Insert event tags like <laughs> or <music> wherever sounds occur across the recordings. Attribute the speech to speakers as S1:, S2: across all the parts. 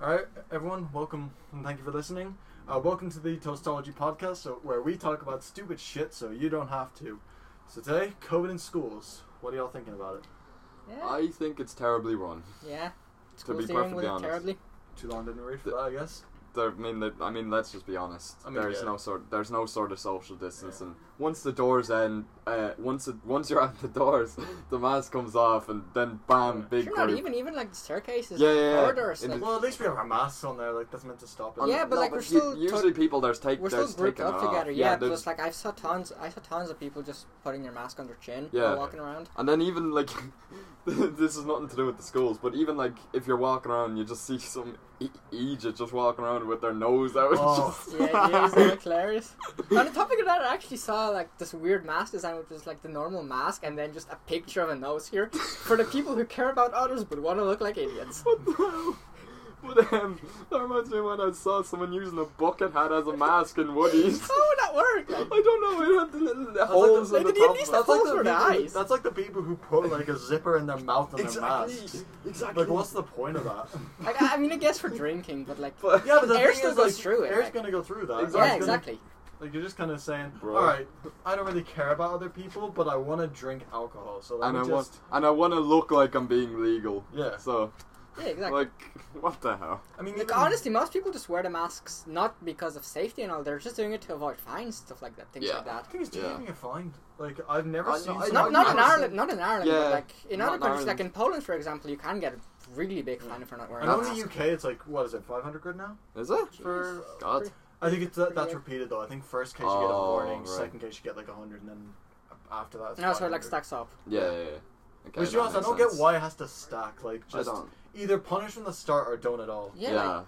S1: All right, everyone, welcome and thank you for listening. Uh, welcome to the Toastology podcast, so where we talk about stupid shit so you don't have to. So today, COVID in schools. What are y'all thinking about it?
S2: Yeah.
S3: I think it's terribly run.
S2: yeah. School
S3: be
S2: steering
S3: perfectly
S2: with it
S3: honest.
S2: terribly.
S1: Too long didn't read for that, I guess.
S3: There- I mean, that- I mean, let's just be honest.
S1: I mean,
S3: there's
S1: yeah.
S3: no sort. There's no sort of social distancing. Once the doors end, uh, once it, once you're <laughs> at the doors, the mask comes off, and then bam,
S1: Yeah.
S3: big
S2: Sure,
S3: group.
S2: not even e- even like the staircases,
S3: Yeah,
S2: like,
S3: yeah, yeah.
S2: corridors,
S3: In
S2: like,
S3: the-
S1: Well, at least we have our masks on there. Like that's meant to stop it.
S3: Um,
S2: Yeah, but,
S3: no,
S2: like, we're
S3: u-
S2: still
S3: usually people there's take
S2: we're still
S3: there's
S2: grouped
S3: taking
S2: up
S3: it off.
S2: together. Yeah,
S3: there's-
S2: just like I've saw tons, I saw tons of people just putting their mask on their chin,
S3: Yeah.
S2: while walking around.
S3: And then even like, <laughs> this is nothing to do with the schools, but even like if you're walking around, you just see some e- Egypt just walking around with their nose out.
S1: Oh.
S3: <laughs> just-
S2: yeah, yeah, it's
S3: <laughs>
S2: like hilarious. On the topic of that, I actually saw like this weird mask design, which is like the normal mask, and then just a picture of a nose here for the people who care about others but want to look like idiots.
S3: What the hell? But um, that reminds me when I saw someone using a bucket hat as a mask
S2: <laughs>
S3: in Woody's.
S2: How would Oh, that work?
S3: I
S2: Like,
S3: don't know. It had the little
S1: That's
S3: holes
S1: like
S3: in
S2: the-
S3: the
S2: like, at
S3: top.
S2: least
S3: of
S2: that's
S3: it.
S2: like the- for the eyes.
S1: That's like the people who put like a zipper in their mouth on their masks.
S3: Exactly.
S1: Like, what's the point of that?
S2: <laughs> like I I mean, I guess for drinking, but like,
S1: <laughs>
S3: But-
S1: Yeah, but the
S2: Air
S1: thing
S2: still
S1: is,
S2: goes
S1: like,
S2: through it,
S1: Air's
S2: like-
S1: gonna go through that.
S3: Exactly.
S2: yeah,
S1: It's gonna-
S2: exactly.
S1: Like you're just kind of saying,
S3: Bro.
S1: all right, I don't really care about other people, but I want to drink alcohol, so let
S3: and
S1: me
S3: I
S1: just.
S3: want and I want to look like I'm being legal.
S1: Yeah.
S3: So
S2: Yeah, exactly.
S3: like, <laughs> what the hell?
S1: I mean,
S2: Like,
S1: even-
S2: honestly, most people just wear the masks not because of safety and all. They're just doing it to avoid fines, stuff like that, things
S3: Yeah.
S2: like
S1: I
S2: that.
S1: think it's just
S3: Yeah.
S1: getting a fine. Like I've never
S3: I-
S1: seen.
S3: I-
S1: someone-
S2: Not,
S3: no,
S2: not in
S3: I've
S2: Ireland, not in Ireland,
S3: Yeah,
S2: but like in
S3: not
S2: other
S3: in
S2: countries, like
S3: Ireland.
S2: in Poland, for example, you can get a really big fine if you're not wearing
S1: And
S2: a
S1: on the
S2: mask.
S1: UK, it's like what is it, 500 quid now?
S3: Is it?
S1: For
S3: God.
S1: I think it's that,
S2: Pretty
S1: that's
S2: good.
S1: repeated though. I think first case you get a
S3: Oh,
S1: warning,
S3: right.
S1: second case you get like 100, and then after that. It's
S2: No, so
S1: 500.
S2: it like stacks up.
S3: Yeah. yeah, yeah. Okay,
S1: Which
S3: that
S1: you also I
S3: makes
S1: don't
S3: sense.
S1: get why it has to stack. Like
S3: I
S1: just
S3: don't.
S1: either punish from the start or don't at all.
S2: Yeah.
S3: yeah.
S2: like-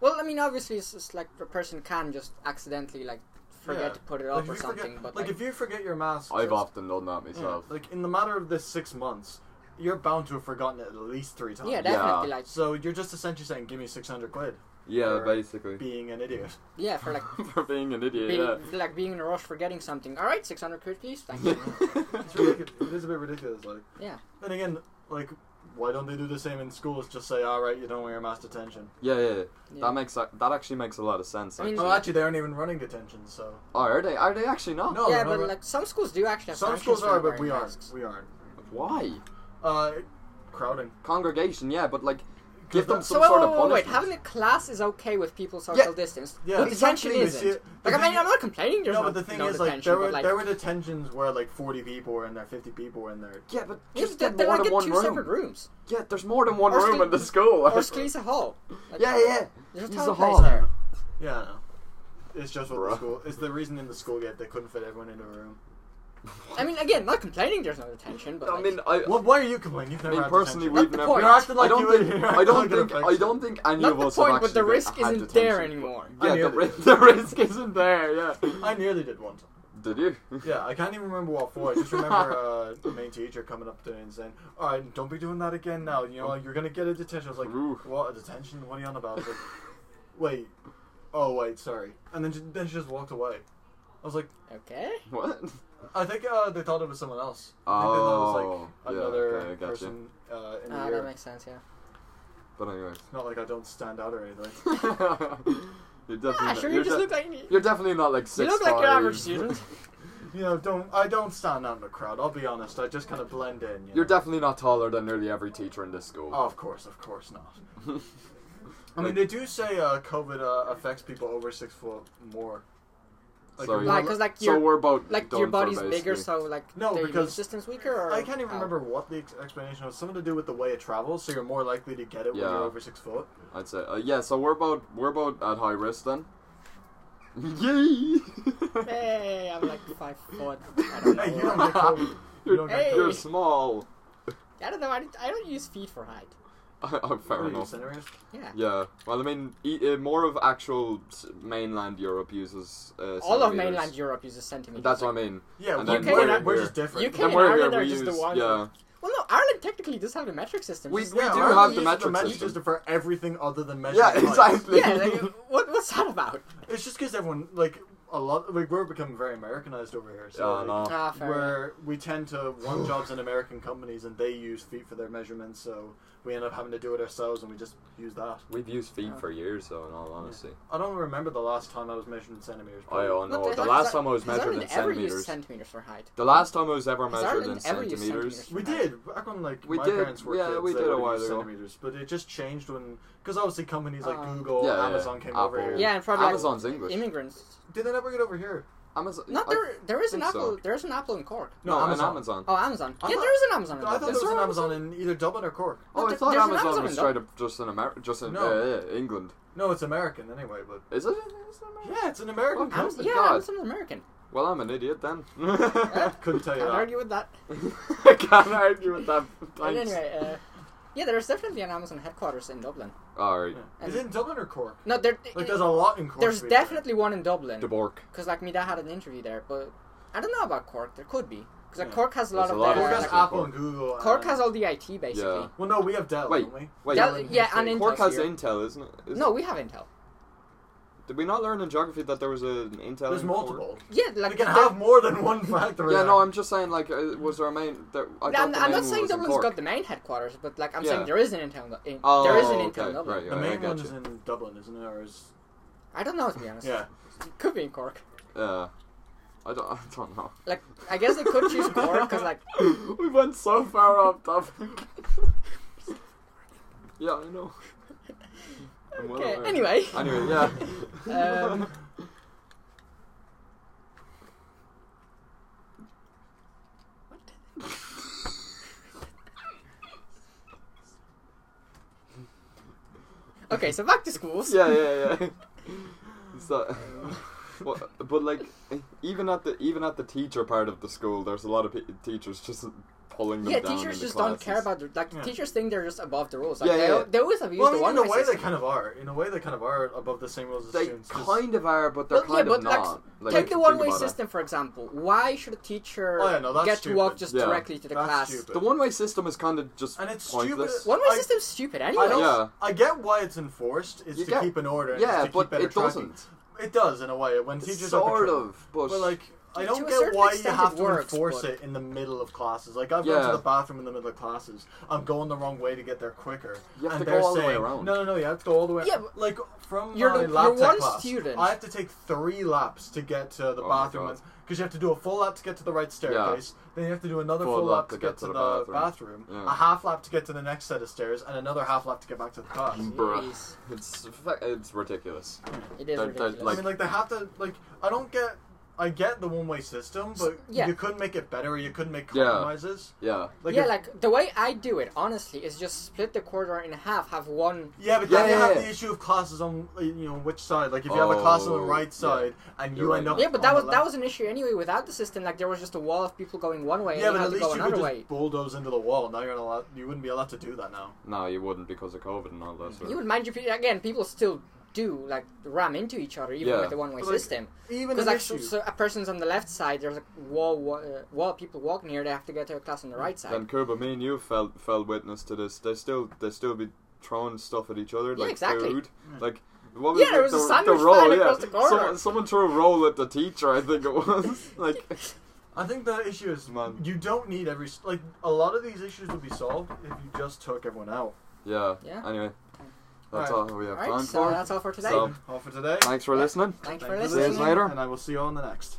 S2: well, I mean, obviously, it's just like the person can just accidentally like forget
S1: Yeah.
S2: to put it
S1: Like,
S2: up
S1: if
S2: or
S1: you forget-
S2: something, but
S1: like,
S2: like,
S1: if you forget your mask,
S3: I've
S1: just-
S3: often done that
S1: yeah,
S3: myself.
S1: like in the matter of this six months, you're bound to have forgotten it at least three times.
S2: yeah, definitely, like
S1: So you're just essentially saying, "Give me 600 quid,"
S3: Yeah,
S1: for
S3: basically.
S1: being an idiot.
S2: yeah, for like.
S3: <laughs>
S1: <laughs>
S3: For being an idiot.
S2: Being,
S3: yeah.
S2: Like being in a rush for getting something. All right, six hundred quid, please. Thank
S1: <laughs>
S3: <laughs>
S2: you.
S1: It's
S3: it's
S1: ridiculous. it is a bit ridiculous. Like,
S2: Yeah.
S1: Then again, like, why don't they do the same in schools? Just say, all right, you don't wear your mask detention.
S3: Yeah, yeah, yeah.
S2: Yeah.
S3: That makes a- that actually makes a lot of sense.
S2: I mean-
S3: Like,
S1: Oh, actually, they aren't even running detentions. So
S3: oh, are they? Are they actually not?
S1: No.
S2: yeah,
S1: no,
S2: but
S1: no.
S2: like some schools do actually have
S1: some schools
S2: sanctions for
S1: are, but
S2: wearing
S1: we aren't.
S2: masks.
S1: We aren't.
S3: Why?
S1: Uh, crowding.
S3: Congregation, yeah, but like,
S1: Give
S3: give
S1: them-
S3: them
S2: So
S3: some
S2: wait,
S3: sort of
S2: wait, wait, wait,
S3: punishment.
S2: having a class is okay with people social
S3: Yeah.
S2: distance.
S1: Yeah.
S2: but detention
S1: Exactly, you see
S2: isn't.
S1: it.
S2: Like
S1: The
S2: I mean,
S1: thing-
S2: I'm not complaining. There's
S1: no,
S2: no,
S1: but the thing
S2: no
S1: is, like,
S2: detention,
S1: there were
S2: but, like,
S1: there were detentions where like 40 people were in there, 50 people were in there.
S3: yeah, but
S2: yeah, but
S3: just get
S2: they're
S3: more
S2: like
S3: than
S2: in
S3: one
S2: two
S3: room.
S2: separate rooms,
S3: Yeah, there's more than one
S2: Or
S3: room
S2: Scle-
S3: in the school.
S2: or
S3: <laughs>
S2: Sclesa Hall. Like,
S3: yeah, yeah.
S2: There's a
S3: Use
S2: ton
S3: the
S2: of place
S3: hall.
S2: there.
S1: Yeah, I know. It's just what the
S3: Bruh.
S1: school. It's the reason in the school yet they couldn't fit everyone into a room.
S2: I mean, again, not complaining. There's no detention, but
S3: I
S2: like,
S3: mean, I,
S1: Well, why are you complaining? You've
S3: I
S1: never
S3: mean,
S1: had
S3: personally,
S1: detention.
S2: Not
S3: we've
S2: the
S3: never.
S2: point.
S1: You're acting like
S3: I don't
S1: you would-
S3: think.
S1: you're
S3: I don't
S1: acting like
S3: think.
S1: an
S3: I don't think any
S2: not
S3: of
S2: the
S3: us
S2: point,
S3: have
S2: but the
S3: actually
S2: risk
S3: had
S2: isn't there
S3: detention.
S2: anymore.
S1: I
S3: Yeah, the,
S1: nearly
S3: ri- <laughs>
S1: did.
S3: the risk isn't there. Yeah.
S1: I nearly did one time.
S3: Did you? <laughs>
S1: Yeah, I can't even remember what for. I just remember uh, the main teacher coming up to me and saying, "All right, don't be doing that again now. You know you're gonna get a detention." I was like,
S3: Oof.
S1: "What a detention? What are you on about?" I was like, "Wait, oh wait, sorry." And then she, then she just walked away. I was like,
S2: okay. Ah,
S3: What?
S1: "I think uh, they thought it was someone else. I think they thought it was
S3: Oh,
S1: like
S3: yeah,
S1: another
S3: okay, I gotcha.
S1: person uh, in the
S2: Ah,
S1: year."
S2: that makes sense. Yeah.
S3: But anyways. <laughs>
S1: It's not like I don't stand out or anything.
S3: you're definitely.
S2: Ah,
S3: not-
S2: sure.
S3: you're
S2: You just
S3: de-
S2: look like
S3: You're definitely not like six.
S2: you look like your average
S3: five.
S2: student.
S1: You know, don't I don't stand out in the crowd. I'll be honest. I just kind of blend in. You
S3: <laughs> You're
S1: know?
S3: definitely not taller than nearly every teacher in this school. <laughs>
S1: Oh, of course, of course not. I mean, they do say uh, COVID uh, affects people over six foot more.
S3: So,
S2: Like,
S3: yeah.
S2: because like
S3: so
S2: your
S3: we're about
S2: like
S3: done
S2: your
S3: for
S2: body's bigger,
S3: basically.
S2: so like
S1: No,
S2: the immune
S1: because
S2: system's weaker. Or,
S1: I can't even
S2: oh.
S1: remember what the ex- explanation was. Something to do with the way it travels, so you're more likely to get it when
S3: Yeah.
S1: you're over six foot.
S3: I'd say uh, yeah. So we're about we're about at high risk then. <laughs> Yay!
S2: Hey, I'm
S3: <laughs>
S2: like five foot. I don't know.
S1: Hey, you don't get COVID. You don't
S3: You're,
S1: get
S2: Hey.
S3: you're
S1: COVID.
S3: small. <laughs>
S2: I don't know. I, don't- I don't use feet for height.
S3: oh,
S1: What
S3: fair
S1: are you,
S3: enough.
S1: Cinereus?
S2: Yeah.
S3: Yeah. Well, I mean, e- uh, more of actual s- mainland Europe uses. Uh,
S2: All of
S3: centimeters.
S2: mainland Europe uses centimeters.
S3: That's what I mean.
S1: Yeah,
S3: And
S1: we-
S2: then
S1: we're,
S2: we're-
S1: we're
S3: we're-
S1: just different.
S2: You
S3: And
S2: can't- In
S3: we're
S2: Ireland,
S3: here.
S2: they're
S3: we
S2: just
S3: use
S2: the one-
S3: yeah.
S2: Well, no, Ireland technically does have a metric system.
S3: We-
S2: Just-
S3: <laughs> we
S1: yeah,
S3: do
S1: I
S3: have
S1: only
S3: the
S1: use
S2: <laughs>
S3: metric system.
S1: system for everything other than measuring
S3: Yeah,
S1: height.
S3: exactly.
S2: yeah, like, what, what's that
S3: <laughs>
S2: about?
S1: It's just because everyone like a lot. Like we're becoming very Americanized over here. So
S3: Yeah,
S1: like,
S3: no.
S2: Ah, fair enough.
S3: <sighs>
S1: where we tend to want jobs in American companies and they use feet for their measurements, so we end up having to do it ourselves, and we just use that.
S3: We've used feet
S2: Yeah.
S3: for years, though. In all honesty,
S1: I don't remember the last time I was measured in centimeters.
S3: I oh,
S2: What
S3: no. The
S2: heck?
S3: last
S2: Has
S3: time I was
S2: Ireland
S3: measured in
S2: ever used
S3: centimeters.
S2: centimeters for height?
S3: The last time I was ever
S2: Has
S3: measured in
S2: Ireland ever used
S3: centimeters.
S2: centimeters?
S1: We did back when like
S3: We
S1: my
S3: did,
S1: parents were
S3: yeah,
S1: kids.
S3: we
S1: they
S3: did a
S1: would
S3: while
S1: use
S3: ago.
S1: centimeters, but it just changed when because obviously companies like
S2: Oh.
S1: Google,
S3: Yeah, yeah,
S1: Amazon came over
S3: Apple.
S1: here.
S2: Yeah, and probably like
S3: Amazon's English.
S2: immigrants.
S1: Did they never get over here?
S3: Amazon.
S2: Not
S3: I-
S2: there. There is an
S3: think so.
S2: apple. There is an apple in Cork.
S3: No,
S1: No,
S3: on
S1: Amazon.
S3: Amazon.
S2: Oh,
S1: I
S2: Amazon. yeah,
S1: thought-
S2: there is an Amazon. In
S1: I thought
S2: Dublin.
S1: there
S3: Is
S1: was
S3: there
S1: an Amazon in either Dublin or Cork.
S3: Oh, I
S2: there-
S3: thought
S2: there's an
S3: Amazon,
S2: Amazon
S3: was
S2: in
S3: straight up just in America, just in
S1: No.
S3: uh, yeah, England.
S1: No, it's American anyway. But
S3: Is it? Is it America?
S1: yeah, it's an American
S3: Am-
S1: company.
S2: yeah,
S3: God.
S2: Amazon's American.
S3: Well, I'm an idiot then. <laughs>
S1: Couldn't tell you
S2: I'd
S1: that.
S2: argue with that.
S3: I can't argue with that.
S2: But
S3: Thanks.
S2: anyway, uh, yeah, there is definitely an Amazon headquarters in Dublin.
S3: All right,
S1: Yeah. Is it in Dublin or Cork?
S2: No, there.
S1: Like, there's a lot in Cork.
S2: there's
S1: to be fair.
S2: definitely one in Dublin.
S3: the Bork.
S2: Because like me, dad had an interview there, but I don't know about Cork. There could be because like
S1: Yeah.
S2: Cork has a lot
S3: There's a
S2: of
S3: lot
S2: the,
S3: of
S1: Cork
S3: Yeah.
S1: has
S2: like,
S3: Yeah.
S1: Apple and Google.
S2: Cork
S1: and-
S2: has all the IT basically.
S3: Yeah.
S1: Well, no, we have Dell,
S3: Wait.
S1: don't we?
S3: Wait,
S2: Del-
S1: Dublin
S2: yeah,
S1: has
S2: and
S1: the-
S2: Intel.
S3: Cork has
S2: here.
S3: Intel, isn't it? Is-
S2: No, we have Intel.
S3: Did we not learn in geography that there was an Intel?
S1: There's
S3: in Cork?
S1: multiple.
S2: Yeah, like
S1: we can
S2: there-
S1: have more than one factory.
S3: Yeah, no, I'm just saying. Like, uh, was there a main? There, I thought
S2: I'm,
S3: the
S2: I'm
S3: main
S2: not
S3: one
S2: saying
S3: was in
S2: Dublin's
S3: Cork.
S2: got the main headquarters, but like I'm
S3: Yeah.
S2: saying there is an Intel. In,
S3: Oh,
S2: there is an
S3: okay,
S2: Intel in Dublin.
S3: right, yeah.
S1: The main
S3: I
S1: one is
S3: gotcha.
S1: in Dublin, isn't it? Or is
S2: I don't know to be honest.
S1: yeah?
S2: It could be in
S3: <laughs>
S2: Cork.
S3: Yeah, I don't. <laughs> I don't know.
S2: Like I guess they could choose Cork because like
S3: <laughs> we went so far off topic. <laughs> yeah, I know. I'm well
S2: Okay,
S3: aware.
S2: anyway.
S3: Anyway, yeah.
S2: <laughs> Um, <laughs> okay, so back to schools.
S3: <laughs>
S2: <laughs>
S3: yeah, yeah, <laughs> yeah. So, <laughs> well, but like, even at the even at the teacher part of the school, there's a lot of pe- teachers just pulling them
S2: Yeah,
S3: down.
S2: teachers
S3: in the
S2: just don't
S3: classes.
S2: care about the, like the
S1: Yeah.
S2: teachers think they're just above the rules. Like,
S3: Yeah,
S2: they,
S3: yeah.
S2: they always have used
S1: Well, I
S2: the
S1: mean,
S2: one
S1: in a way, they kind of are. In a way, they kind of are above the same rules as
S3: They
S1: students. 'cause-
S3: kind of are, but they're
S2: Well, yeah,
S3: kind
S2: but
S3: of
S2: like,
S3: not. Like,
S2: Take the
S3: think
S2: one-way
S3: about it.
S2: system for example. Why should a teacher
S1: Oh, yeah, no, that's
S2: get to walk
S1: stupid.
S2: just
S3: Yeah.
S2: directly to the
S1: That's
S2: class?
S1: stupid.
S3: The one-way system is kind of just
S1: And it's
S3: pointless.
S1: stupid-
S2: One-way
S1: I-
S2: system's stupid
S1: I
S2: anyway.
S1: don't.
S3: Yeah.
S1: I get why it's enforced. Is
S3: You
S1: to
S3: get-
S1: keep an order. and is
S3: Yeah,
S1: to keep
S3: but
S1: better
S3: it
S1: tracking.
S3: doesn't.
S1: It does in a way when teachers are
S3: sort
S1: patrolling.
S3: of, but,
S1: But like, I
S2: To
S1: don't
S2: a
S1: get
S2: certain
S1: why you
S2: extent
S1: have
S2: it
S1: to
S2: works,
S1: enforce
S2: but-
S1: it in the middle of classes. Like I've gone
S3: Yeah.
S1: to the bathroom in the middle of classes. I'm going the wrong way to get there quicker,
S3: You have
S1: and
S3: to go
S1: they're
S3: all the way
S1: saying,
S3: around.
S1: "No, no, no, you have to go all the way."
S2: Yeah, but-
S1: like from
S2: You're
S1: my
S2: the-
S1: lab
S2: you're
S1: tech
S2: one
S1: class,
S2: student.
S1: I have to take three laps to get to the
S3: Oh my
S1: bathroom
S3: God.
S1: because you have to do a full lap to get to the right staircase. Then you have to do another
S3: Full
S1: full,
S3: lap
S1: lap to get to, the, bathroom,
S3: Yeah.
S1: a half lap to get to the next set of stairs, and another half lap to get back to the class.
S3: bruh,
S2: Jeez.
S3: it's fa- it's ridiculous.
S2: It is
S3: They're- they're
S2: ridiculous.
S1: I mean, like they have to like. I don't get. I get the one way system, but
S2: yeah.
S1: you couldn't make it better. You couldn't make
S3: Yeah.
S1: compromises.
S3: Yeah,
S2: yeah,
S1: if-
S2: like the way I do it, honestly, is just split the corridor in half, have one.
S1: yeah, but
S3: Yeah,
S1: then you
S3: yeah,
S1: have
S3: yeah.
S1: the issue of classes on uh, you know which side. Like if you have a class on the
S3: Oh,
S1: right side and you
S3: You're
S1: end
S3: right.
S1: up
S2: Yeah, but
S1: on
S2: that was
S1: the
S2: that
S1: left-
S2: was an issue anyway. Without the system, like there was just a wall of people going one way,
S1: yeah,
S2: and
S1: but
S2: you
S1: at
S2: had to
S1: least
S2: go
S1: you could
S2: another
S1: just
S2: way.
S1: bulldoze into the wall. Now you're not allowed. You wouldn't be allowed to do that now.
S3: no, you wouldn't because of COVID and all that. Sort of-
S2: You would mind you, pe- again, people still do like ram into each other even
S3: Yeah.
S2: with the one way
S1: But, like,
S2: system.
S1: Even
S2: Because
S1: an
S2: like so,
S1: issue.
S2: so a person's on the left side, there's a wall wa- uh, wall people walking here. They have to get to a class on the right side.
S3: Then Cuba, me and you fell fell witness to this. They still they still be throwing stuff at each other
S2: Yeah,
S3: like
S2: exactly.
S3: food. Like what was
S2: Yeah,
S3: it?
S2: there was a
S3: the,
S2: sandwich
S3: the roll,
S2: flying
S3: yeah.
S2: across the corridor.
S3: Someone, someone threw a roll at the teacher, I think it was. <laughs> like
S1: I think the issue is
S3: Man.
S1: you don't need every s- like a lot of these issues would be solved if you just took everyone out.
S3: Yeah.
S2: Yeah.
S3: Anyway. That's all,
S1: Alright.
S3: we have
S2: All right,
S3: time
S2: so
S3: for.
S2: that's all for today.
S3: So-
S1: All for today.
S3: Thanks for
S2: Yeah.
S3: listening.
S1: Thank
S2: Thanks for
S1: you
S3: See you
S2: listening.
S3: later.
S1: and I will see you all in the next.